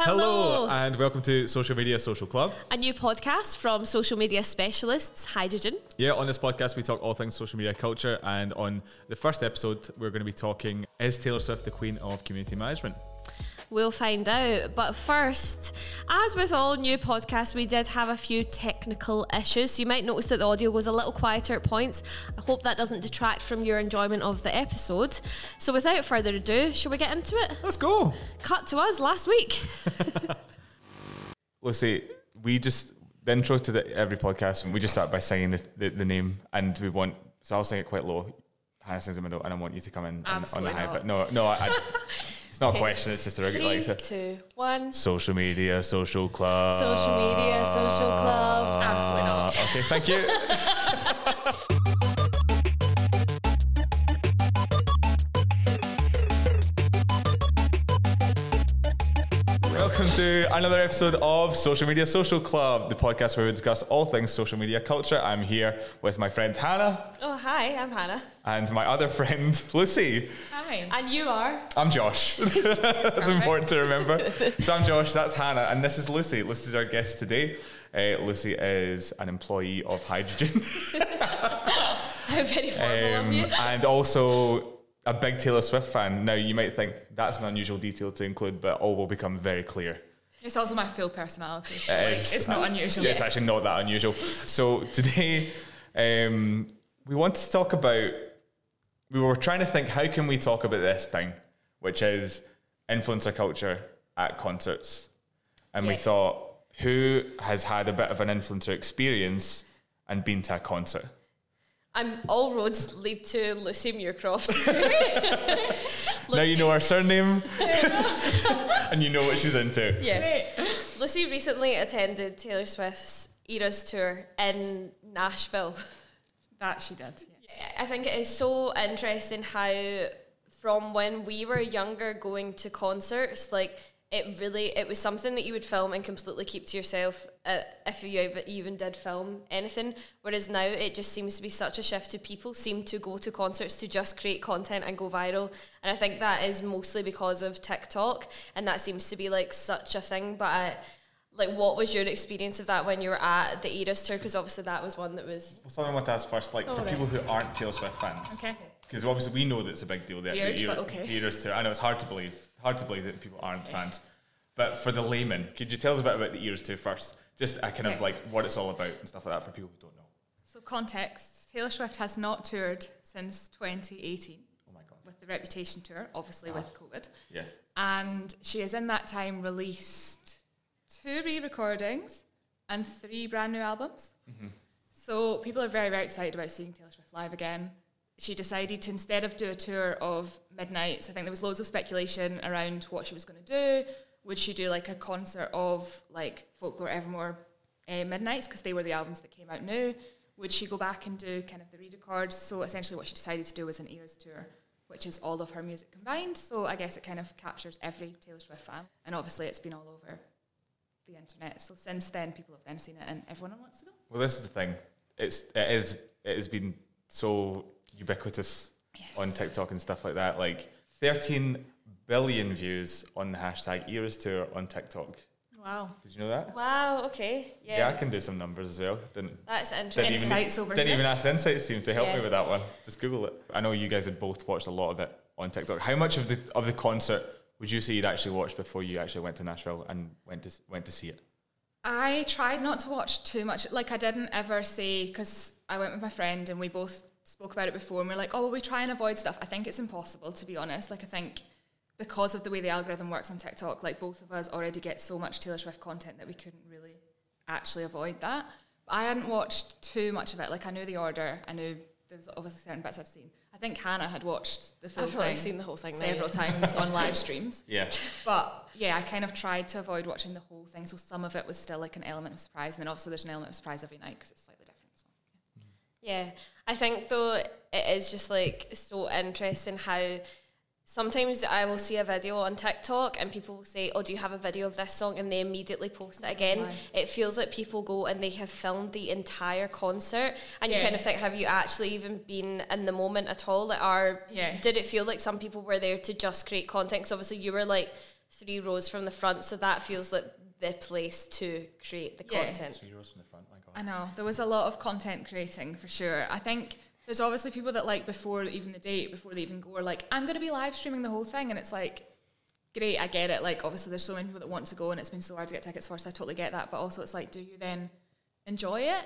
Hello. and welcome to Social Media Social Club. A new podcast from social media specialists, Hydrogen. Yeah, on this podcast, we talk all things social media culture. And on the first episode, we're going to be talking Is Taylor Swift the Queen of Community Management? We'll find out. But first, as with all new podcasts, we did have a few technical issues. So you might notice that the audio was a little quieter at points. I hope that doesn't detract from your enjoyment of the episode. So without further ado, shall we get into it? Let's go. Cut to us last week. Lucy, we just, the intro to the, every podcast, we just start by singing the, the, the name. And we want, so I'll sing it quite low. Hannah sings in the middle, and I want you to come in on, on the Absolutely high. not. But no, no, I, I- it's not a question, it's just a regular like, Three, so- two, one. Social Media Social Club. Social media, social club. Absolutely not. Okay, thank you. Welcome to another episode of Social Media Social Club, the podcast where we discuss all things social media culture. I'm here with my friend Hannah Oh, hi, I'm Hannah. and my other friend Lucy. Hi. And you are? I'm Josh. that's important to remember. So I'm Josh, that's Hannah, and this is Lucy. Lucy's our guest today. Uh, Lucy is an employee of Hydrogen How very formal um, of you. and also a big Taylor Swift fan. Now, you might think that's an unusual detail to include, but all will become very clear. It's also my full personality. It is- It's not unusual. Yeah, it's actually not that unusual. So today, um, we want to talk about. We were trying to think how can we talk about this thing, which is influencer culture at concerts, and we Yes. thought who has had a bit of an influencer experience and been to a concert. I'm all roads lead to Lucy Muircroft. Now you know her surname, and you know what she's into. yeah. Lucy recently attended Taylor Swift's Eras tour in Nashville. That she did. I think it is so interesting how, from when we were younger going to concerts, like it really it was something that you would film and completely keep to yourself uh, if you ev- even did film anything whereas now it just seems to be such a shift to people seem to go to concerts to just create content and go viral and i think that is mostly because of tiktok and that seems to be like such a thing but I, like what was your experience of that when you were at the Eras tour because obviously that was one that was Something I want to ask first, like for right. people who aren't Taylor Swift fans. Oh, Okay. Because obviously we know that it's a big deal. That Weird, the Euro- but okay. the Euros tour. I know it's hard to believe. Hard to believe that people aren't fans. But for the layman, could you tell us a bit about the Euros tour first? Just a kind of Okay. like what it's all about and stuff like that for people who don't know. So context: Taylor Swift has not toured since 2018 Oh my god. with the Reputation tour, obviously with COVID, Yeah. and she has in that time released two re-recordings and three brand new albums. So people are very very excited about seeing Taylor Swift live again. She decided to instead of do a tour of midnights, I think there was loads of speculation around what she was going to do. Would she do like a concert of like Folklore Evermore uh, Midnights because they were the albums that came out new? Would she go back and do kind of the re-records? So essentially, what she decided to do was an Eras tour, which is all of her music combined. So I guess it kind of captures every Taylor Swift fan, and obviously it's been all over the internet. So since then, people have then seen it, and everyone wants to go. Well, this is the thing. It's it is it has been so ubiquitous on TikTok and stuff like that. Like 13 billion views on the hashtag Eras tour on TikTok. Wow. Did you know that? wow okay yeah, I can do some numbers as well. Didn't that's Didn't interesting even, Insights over didn't here. even ask the Insights team to help me Yeah. with that one. Just Google it. I know you guys had both watched a lot of it on TikTok. How much of the of the concert would you say you'd actually watched before you actually went to Nashville and went to s- went to see it? I tried not to watch too much. Like I didn't ever say because I went with my friend and we both spoke about it before, and we are like, "Oh, well, we try and avoid stuff." I think it's impossible to be honest. Like I think because of the way the algorithm works on TikTok, like both of us already get so much Taylor Swift content that we couldn't really actually avoid that. But I hadn't watched too much of it. Like I knew the order. I knew there was obviously certain bits I'd seen. I think Hannah had watched the full I've probably thing seen the whole thing now, several times on live streams. Yeah. But yeah, I kind of tried to avoid watching the whole thing. So some of it was still like an element of surprise, and then obviously there's an element of surprise every night because it's slightly different. So. Yeah, I think though it is just like so interesting how sometimes I will see a video on TikTok and people will say, "Oh, do you have a video of this song?" and they immediately post it again. Why? It feels like people go and they have filmed the entire concert, and you Yeah. kind of think, "Have you actually even been in the moment at all?" Like, are Yeah. did it feel like some people were there to just create content? 'Cause obviously you were like three rows from the front, so that feels like the place to create the Yeah. content. Three rows from the front, my God. I know there was a lot of content creating for sure. I think there's obviously people that like before even the date, before they even go, are like, I'm going to be live streaming the whole thing, and it's like, great, I get it. Like obviously there's so many people that want to go, and it's been so hard to get tickets for, so I totally get that. But also it's like, do you then enjoy it,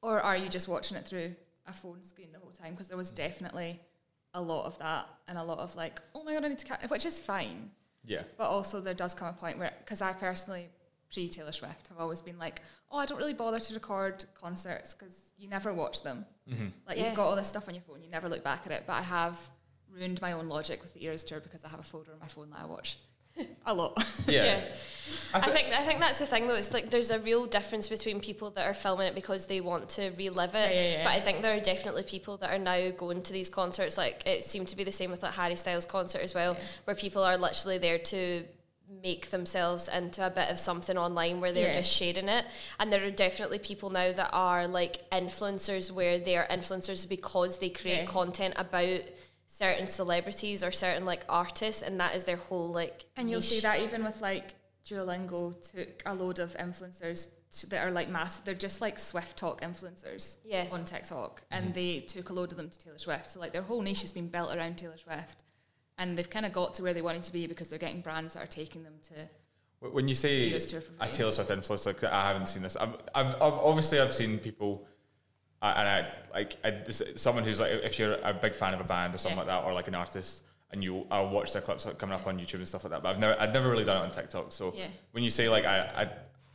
or are you just watching it through a phone screen the whole time? Because there was definitely a lot of that, and a lot of like, oh my god, I need to catch, which is fine. Yeah. But also, there does come a point where, because I personally, pre Taylor Swift, have always been like, oh, I don't really bother to record concerts because you never watch them. Mm-hmm. Like, Yeah. you've got all this stuff on your phone, you never look back at it. But I have ruined my own logic with the Eras Tour because I have a folder on my phone that I watch a lot. Yeah. Yeah. I think I think that's the thing though. It's like there's a real difference between people that are filming it because they want to relive it. Yeah, yeah, yeah. But I think there are definitely people that are now going to these concerts. Like it seemed to be the same with like Harry Styles concert as well, where people are literally there to make themselves into a bit of something online where they're Yeah. just sharing it. And there are definitely people now that are like influencers where they are influencers because they create Yeah. content about certain celebrities or certain like artists and that is their whole like And you'll see niche. that even with like Duolingo took a load of influencers to, that are like mass. They're just like Swift Talk influencers Yeah. on TikTok, and they took a load of them to Taylor Swift. So like their whole niche has been built around Taylor Swift, and they've kind of got to where they wanted to be because they're getting brands that are taking them to. W- When you say Eras tour for a free. Taylor Swift influencer, 'cause I haven't seen this. I've, I've, I've obviously I've seen people, uh, and I like I, this, someone who's like if you're a big fan of a band or something Yeah. like that, or like an artist, and you I watch their clips like, coming up on YouTube and stuff like that. But I've never I've never really done it on TikTok. So Yeah. when you say like I, I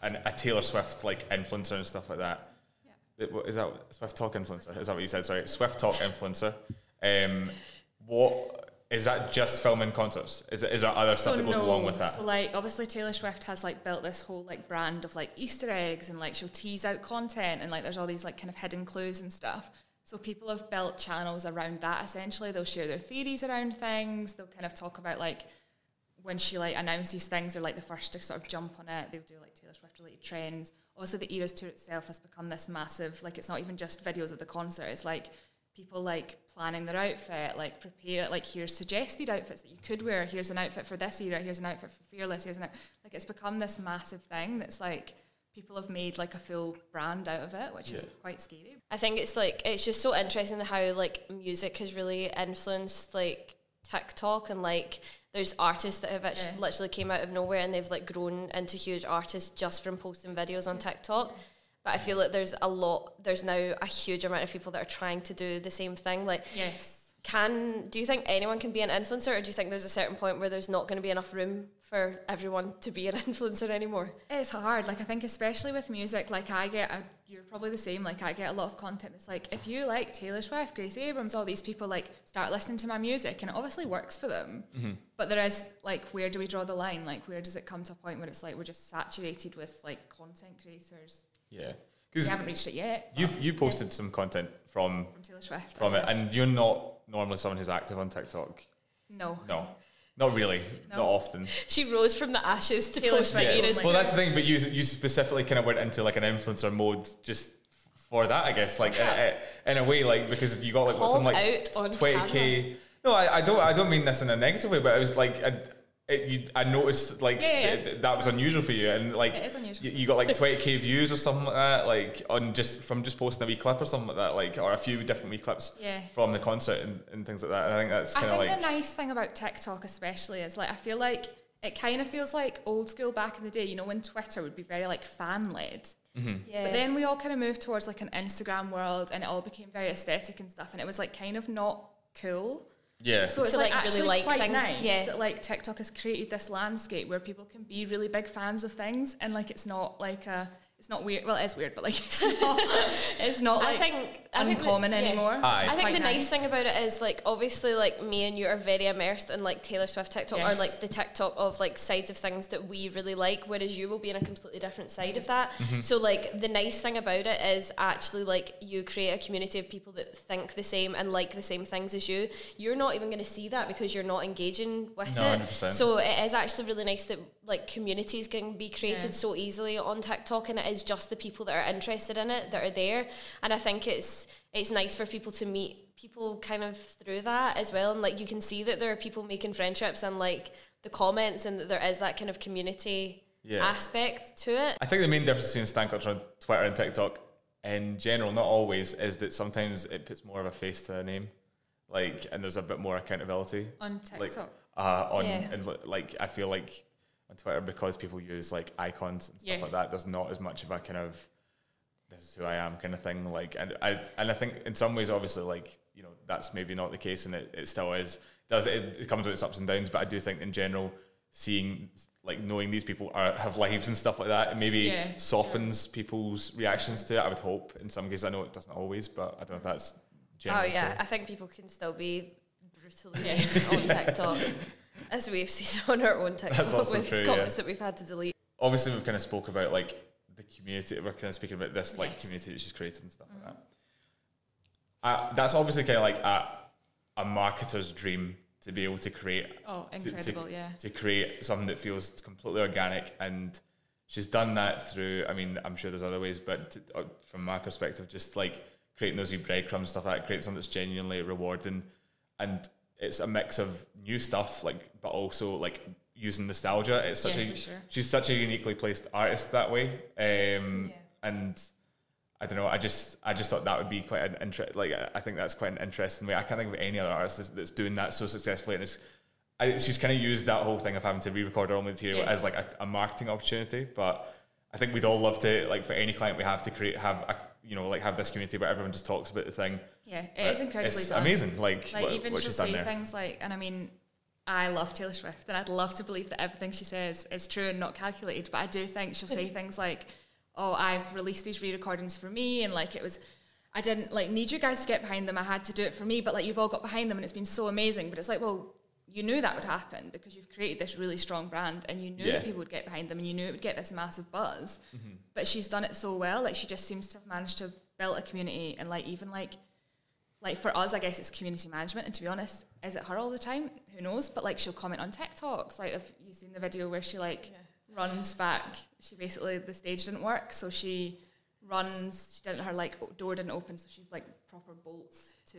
an, a Taylor Swift like influencer and stuff like that, it- what- is that Swift Talk influencer? Is that what you said? Sorry, Swift Talk influencer. Um, what is that? Just filming concerts? Is, it- is there other stuff that goes along with that? So like obviously Taylor Swift has like built this whole like brand of like Easter eggs and like she'll tease out content and like there's all these like kind of hidden clues and stuff. So people have built channels around that essentially. They'll share their theories around things. They'll kind of talk about like when she like announced these things, they're like the first to sort of jump on it. They'll do like Taylor Swift related trends. Also, the Eras Tour itself has become this massive. Like, it's not even just videos of the concert. It's like people like planning their outfit, like prepare. Like, here's suggested outfits that you could wear. Here's an outfit for this era. Here's an outfit for Fearless. Here's an out- like it's become this massive thing that's like people have made like a full brand out of it, which is Yeah. quite scary. I think it's like it's just so interesting how like music has really influenced like TikTok and like there's artists that have actually Yeah. literally came out of nowhere and they've like grown into huge artists just from posting videos on TikTok. But I feel like there's a lot there's now a huge amount of people that are trying to do the same thing. Like Yes. can do you think anyone can be an influencer or do you think there's a certain point where there's not going to be enough room for everyone to be an influencer anymore? It's hard. Like I think, especially with music, like I get, I, you're probably the same. Like I get a lot of content that's like, if you like Taylor Swift, Gracie Abrams, all these people, like start listening to my music, and it obviously works for them. Mm-hmm. But there is like, where do we draw the line? Like, where does it come to a point where it's like we're just saturated with like content creators? Yeah, We because haven't reached it yet. you you posted some content from From Taylor Swift. I from it, guess. and you're not normally someone who's active on TikTok. no, No, not really, not often. She rose from the ashes to Taylor post the Swift. Eras Like- well, that's the thing. But you you specifically kind of went into like an influencer mode just for that, I guess. Like uh, uh, in a way, like because you got like what, Called some like out on twenty k. No, I, I don't. I don't mean this in a negative way, but it was like. I, it, you, I noticed like Yeah, yeah. th- that was unusual for you, and like It is unusual. You, you got like twenty k views or something like that, like on just from just posting a wee clip or something like that, like or a few different wee clips Yeah. from the concert and, and things like that. And I think that's I kind of think like the nice thing about TikTok, especially, is like I feel like it kind of feels like old school back in the day. You know, when Twitter would be very like fan led. Yeah. But then we all kind of moved towards like an Instagram world, and it all became very aesthetic and stuff, and it was like kind of not cool. yeah, So it's To, like, like, really actually like quite things, nice yeah. that like TikTok has created this landscape where people can be really big fans of things, and like it's not like a it's not weird. Well, it is weird, but like it's not, it's not I like think I think the- uncommon yeah. anymore. Aye. I It's think the nice. thing about it is like obviously like me and you are very immersed in like Taylor Swift TikTok Yes. or like the TikTok of like sides of things that we really like, whereas you will be in a completely different side of that. So like the nice thing about it is actually like you create a community of people that think the same and like the same things as you. You're not even gonna see that because you're not engaging with No, it. 100%. So it is actually really nice that like communities can be created Yeah. so easily on TikTok and it is just the people that are interested in it that are there. And I think it's it's nice for people to meet people kind of through that as well. And like you can see that there are people making friendships and like the comments and that there is that kind of community Yeah. aspect to it. I think the main difference between stan culture on Twitter and TikTok, in general, not always, is that sometimes it puts more of a face to a name, like, and there's a bit more accountability on like, TikTok. uh, on Yeah. and, li- like I feel like on Twitter because people use like icons and stuff Yeah. like that. There's not as much of a kind of this is who I am kind of thing. Like and I and I think in some ways obviously like you know that's maybe not the case and it, it still is does it, it comes with its ups and downs. But I do think in general seeing like knowing these people are have lives and stuff like that it maybe Yeah. softens people's reactions to it. I would hope in some cases I know it doesn't always, but I don't know if that's generally oh yeah, true. I think people can still be brutally mean on TikTok, as we've seen on our own TikTok also with true, comments yeah. that we've had to delete. obviously we've kind of spoke about like the community we're kind of speaking about this like Yes. community that she's created and stuff like that uh, that's obviously kind of like a, a marketer's dream to be able to create Oh, to- to- incredible! yeah, to create something that feels completely organic and she's done that through i mean i'm sure there's other ways but t- uh, from my perspective just like creating those wee breadcrumbs and stuff like that creating something that's genuinely rewarding and it's a mix of new stuff like but also like using nostalgia it's such Yeah, a for sure. she's such a uniquely placed artist that way um Yeah. and I don't know. I just, I just thought that would be quite an interest. Like, I I think that's quite an interesting way. I can't think of any other artist that's, that's doing that so successfully, and it's I, she's kind of used that whole thing of having to re-record her own material Yeah. as like a, a marketing opportunity. But I think we'd all love to like for any client we have to create have a you know like have this community where everyone just talks about the thing. yeah, it But is incredibly Uh, it's done. amazing. Like, Like what, even what she'll she's done say there. things like, and I mean, I love Taylor Swift, and I'd love to believe that everything she says is true and not calculated. But I do think she'll say things like, "Oh, I've released these re-recordings for me," and like it was. I didn't like need you guys to get behind them. I had to do it for me, but like you've all got behind them, and it's been so amazing. But it's like, well, you knew that would happen because you've created this really strong brand, and you Yeah. knew Mm-hmm. that people would get behind them, and you knew it would get this massive buzz. But she's done it so well; like she just seems to have managed to build a community, and like even like like for us, I guess it's community management. And to be honest, is it her all the time? Who knows? But like she'll comment on TikToks. Like have you seen the video where she like runs back? She basically the stage didn't work, so she runs. She didn't her like o- door didn't open, so she like proper bolts to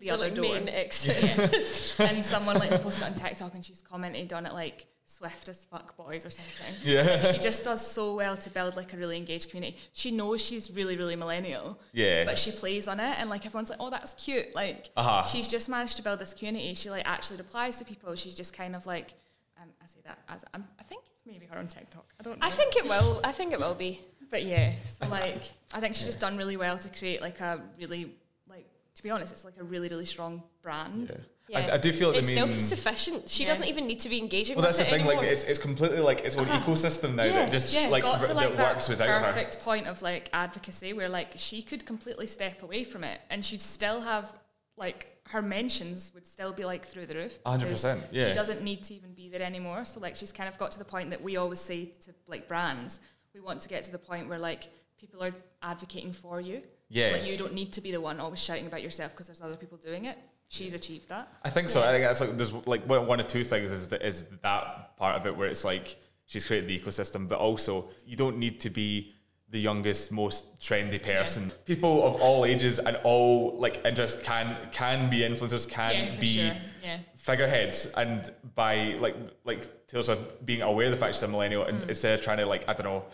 the, other like, door. main exit. and someone like posted it on TikTok, and she's commented on it like swift as fuck boys or something Yeah, she just does so well to build like a really engaged community. She knows she's really, really millennial. Yeah. But she plays on it and like everyone's like, Oh, that's cute. Like Uh-huh. she's just managed to build this community. She like actually replies to people. She's just kind of like um, I say that as um, I think it's maybe her on TikTok. I don't know. I think it will. I think it will be. But yeah, so like I think she's just done really well to create like a really like to be honest, it's like a really, really strong brand. Yeah. I, I do feel like it's the main. self sufficient. She Yeah. doesn't even need to be engaging Well, with that's the it thing. anymore. Like, it's, it's completely like its own Uh-huh. ecosystem now Yeah, that just She's like, got r- to like that that works without her. perfect point of like advocacy where like she could completely step away from it and she'd still have like her mentions would still be like through the roof. A hundred because percent, yeah. She doesn't need to even be there anymore. So like she's kind of got to the point that we always say to like brands, we want to get to the point where like people are advocating for you. Yeah. Like you don't need to be the one always shouting about yourself because there's other people doing it. She's achieved that. I think so. I think that's like there's like one one or two things is that is that part of it where it's like she's created the ecosystem, but also you don't need to be the youngest, most trendy person. People of all ages and all like interests can can be influencers, can Yeah, for be sure. Yeah. figureheads, and by like like Taylor Swift being aware of the fact she's a millennial, and instead of trying to like I don't know.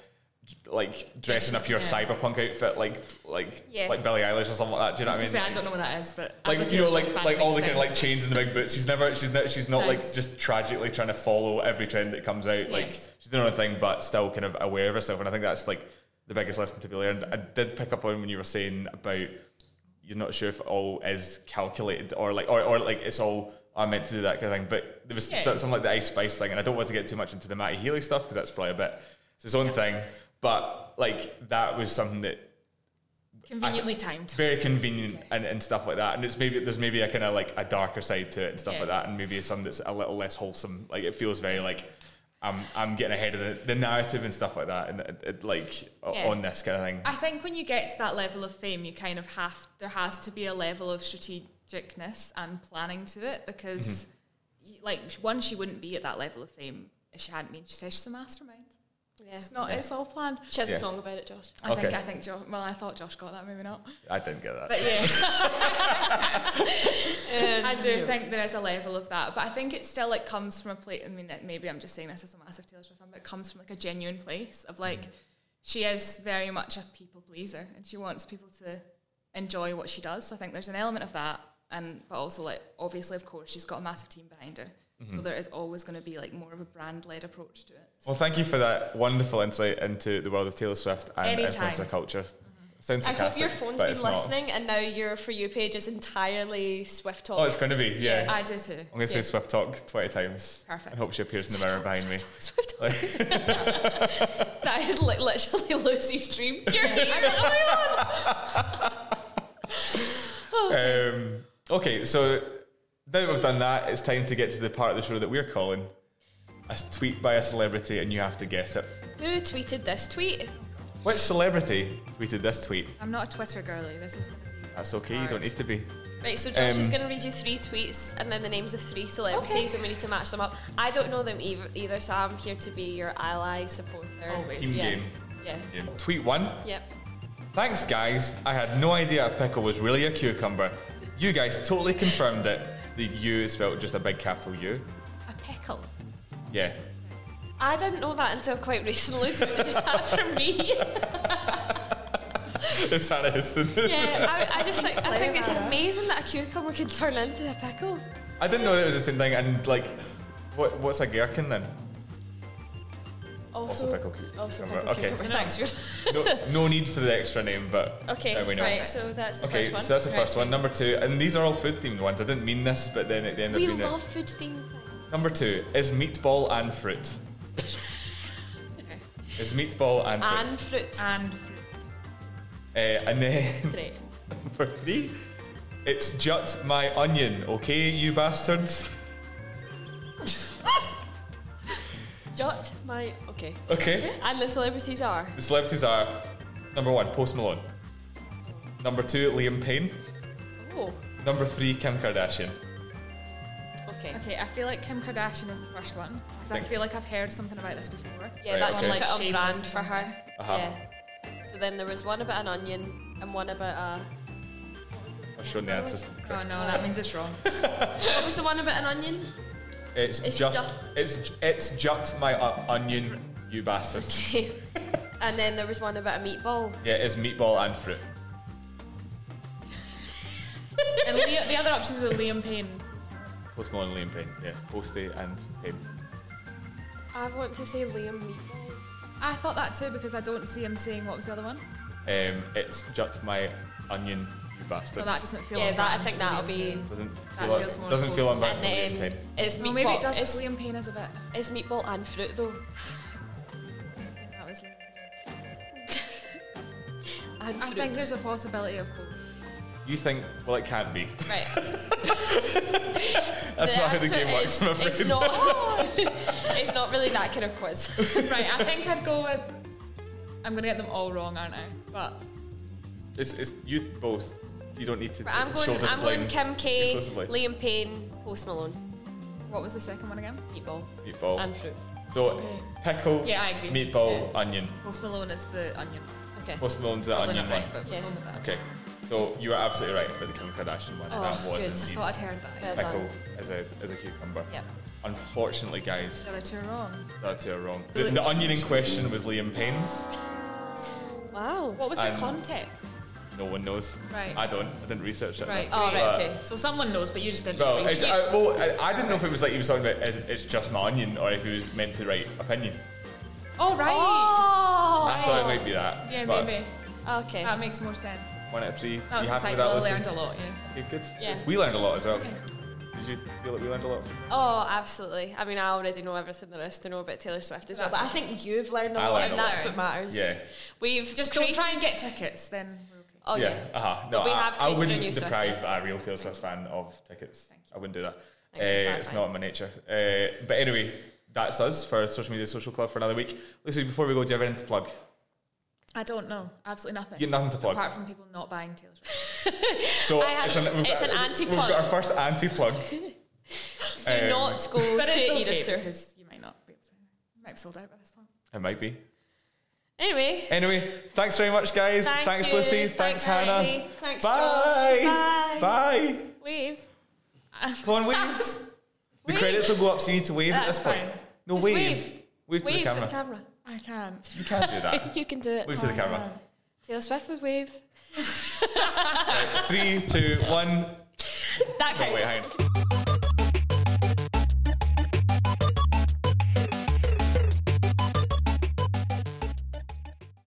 Like dressing up your Mm. Yeah. cyberpunk outfit, like like Yeah. like Billie Eilish or something like that. Do you know I, what I mean? was gonna say, I Like- don't know what that is, but as like a you know, Taylor like Swift fan, like it all the makes kind of like sense. chains in the big boots. She's never, she's not, she's not like Thanks. just tragically trying to follow every trend that comes out. Like Yes. she's doing her own thing, but still kind of aware of herself. And I think that's like the biggest lesson to be learned. I did pick up on when you were saying about you're not sure if it all is calculated or like or, or like it's all I meant to do that kind of thing. But there was Yeah. so- something like the Ice Spice thing, and I don't want to get too much into the Matty Healy stuff because that's probably a bit it's his own thing. But like that was something that conveniently timed. very convenient and, and stuff like that. And it's maybe there's maybe a kind of like a darker side to it and stuff Yeah. like that, and maybe it's something that's a little less wholesome. Like it feels very like I'm I'm getting ahead of the, the narrative and stuff like that, and it, it, like o- Yeah. on this kind of thing. I think when you get to that level of fame, you kind of have there has to be a level of strategicness and planning to it because, you, like, one, she wouldn't be at that level of fame if she hadn't been. She says she's a mastermind. Yeah. It's not. It's all planned. She has Yeah. a song about it, Josh. I think. Okay. I think. Josh, well, I thought Josh got that. Maybe not. I didn't get that. But yeah. I do think there is a level of that, but I think it still like comes from a place. I mean, it- maybe I'm just saying this as a massive Taylor Swift fan, but it comes from like a genuine place of like she is very much a people pleaser and she wants people to enjoy what she does. So I think there's an element of that, and but also like obviously, of course, she's got a massive team behind her, so there is always going to be like more of a brand led approach to it. Well, thank you for that wonderful insight into the world of Taylor Swift and Anytime. influencer culture. Sounds Mm-hmm. I hope sarcastic, your phone's but been it's not. listening and now your For You page is entirely Swift talk. Oh, it's going to be, yeah. Yeah. I'm I do too. going to say yeah. Swift Talk 20 times. Perfect. I hope she appears in the mirror behind me. Swift talk. that is li- literally Lucy's dream. You're "Oh here. Um, okay, so now that we've done that, it's time to get to the part of the show that we're calling a tweet by a celebrity and you have to guess it. Who tweeted this tweet? Which celebrity tweeted this tweet? I'm not a Twitter girly. This is going to be. That's okay, you hard. don't need to be. Right, so Josh is Um, going to read you three tweets and then the names of three celebrities, Okay. and we need to match them up. I don't know them either, either so I'm here to be your ally, supporter. Always. Oh, Team yeah. game. Yeah. game. Tweet one. Yep. Thanks, guys. I had no idea a pickle was really a cucumber. You guys totally confirmed it. The U is spelled just a big capital U. A pickle. Yeah. I didn't know that until quite recently. So is that from me? It's Hannah Houston. yeah. I, I just think I Play think it's about it. amazing that a cucumber can turn into a pickle. I didn't know that it was the same thing. And like, what what's a gherkin then? Also, Also pickle cu- Also cucumber. pickle Okay. cucumber. Thanks for. No, no need for the extra name, but Okay. now we know. Right. So that's the Okay, first one. so that's the Right. first one. Number two, and these are all food themed ones. I didn't mean this, but then at the end We of being love food themed things. Number two is meatball and fruit. Okay. Is meatball and fruit. and fruit. And fruit. Uh, and then Great. Number three, it's jut my onion, okay, you bastards? Jot my okay. Okay. And the celebrities are The celebrities are number one, Post Malone. Number two, Liam Payne. oh Number three, Kim Kardashian. okay. Okay, I feel like Kim Kardashian is the first one because I Think- feel like I've heard something about this before. Yeah, Right, that's okay. like Like on brand Shameless or for her. Uh-huh. Yeah. So then there was one about an onion and one about a. I've shown the answers. to the Oh correct- no, that means it's wrong. What was the one about an onion? It's, It's just, jut- it's j- it's jut my uh, onion, you bastards. Okay. and then there was one about a meatball. Yeah, it's meatball and fruit. and Leo, the other options are Liam Payne. Post Malone, Liam Payne. Yeah, Posty and Payne. I want to say Liam meatball. I thought that too because I don't see him saying what was the other one. Um, it's jut my onion, you bastards. Well, that doesn't feel. Yeah, on that I brand think for that'll Liam be. Payne. doesn't That feel, feels more doesn't feel Post unbound And for Liam then Payne. it's Well, meatball. maybe it does. 'cause It's, Liam Payne is a bit. it's meatball and fruit though. That was Liam. Payne. And I fruit. think there's a possibility of both. You think, well, it can't be. right. That's not how the answer game works, is- I'm afraid. It's not. it's not really that kind of quiz. right, I think I'd go with. I'm gonna get them all wrong, aren't I? But It's, it's you both. You don't need to. But I'm going. shoulder I'm the going blame Kim K, exclusively. Liam Payne, Post Malone, what was the second one again? meatball, Meatball. and fruit. so pickle. Yeah, I agree. Meatball, onion. Post Malone is the onion. Okay. Post Malone's the Probably onion not one. right, but Yeah. we're going with that. Okay, so you were absolutely right about the Kim Kardashian one. Oh, that was good. I indeed thought I'd heard that. Yeah. Well pickle done. as a as a cucumber. Yep. Unfortunately, guys, The other two are wrong. that two are wrong. Well, The, the it's- onion in question was Liam Payne's. Wow. What was And- the context? No one knows. Right. I don't. I didn't research it. Right. Oh, right, But- okay. So someone knows, but you just didn't. Well, know. it's, I, well, I, I didn't know if it was like he was talking about it's, it's just my onion or if he was meant to write opinion. oh right. Oh. I thought it might be that. Yeah, but maybe. Okay. That makes more sense. One out of three. That you was happy with insightful. that? I Lucy? learned a lot, yeah. Okay, good. Yeah. Good. We learned a lot as well. Yeah. Did you feel that we learned a lot? From oh, absolutely. I mean, I already know everything there is to know about Taylor Swift as well, but That's I think you've learned a I lot, learned and a lot. that's what matters. Yeah. We've Just created, don't try and get tickets, then we're okay. Oh yeah. Uh-huh. No, But we I, have I created a wouldn't new Swift deprive a real Taylor Swift fan of tickets. I wouldn't do that. Uh, Thanks for it's clarifying. not in my nature. Uh, but anyway, that's us for Social Media Social Club for another week. Lucy, before we go, do you have anything to plug? I don't know. Absolutely nothing. You got nothing to plug. Apart from people not buying Taylor Swift. So I have- we've it's got- an anti-plug. We've got our first Um, anti plug. Do not go But to it's okay Edith's tour. because you might not be able to. You might be sold out by this point. It might be. Anyway, Anyway, thanks very much, guys. Thank thanks, you. Lucy. Thanks, Thanks, Hannah. Lucy. Thanks, Bye. Josh. Bye. Uh, Bye. wave. Go on, wave. The Wave. credits will go up, so you need to wave at That's this point. fine. No, Just wave. wave. Wave to Wave the at camera. the camera. I can't. you can't do that. You can do it. Wave Oh, to the camera. Taylor Swift would wave. Three, two, one. That Oh, counts. wait, hang on.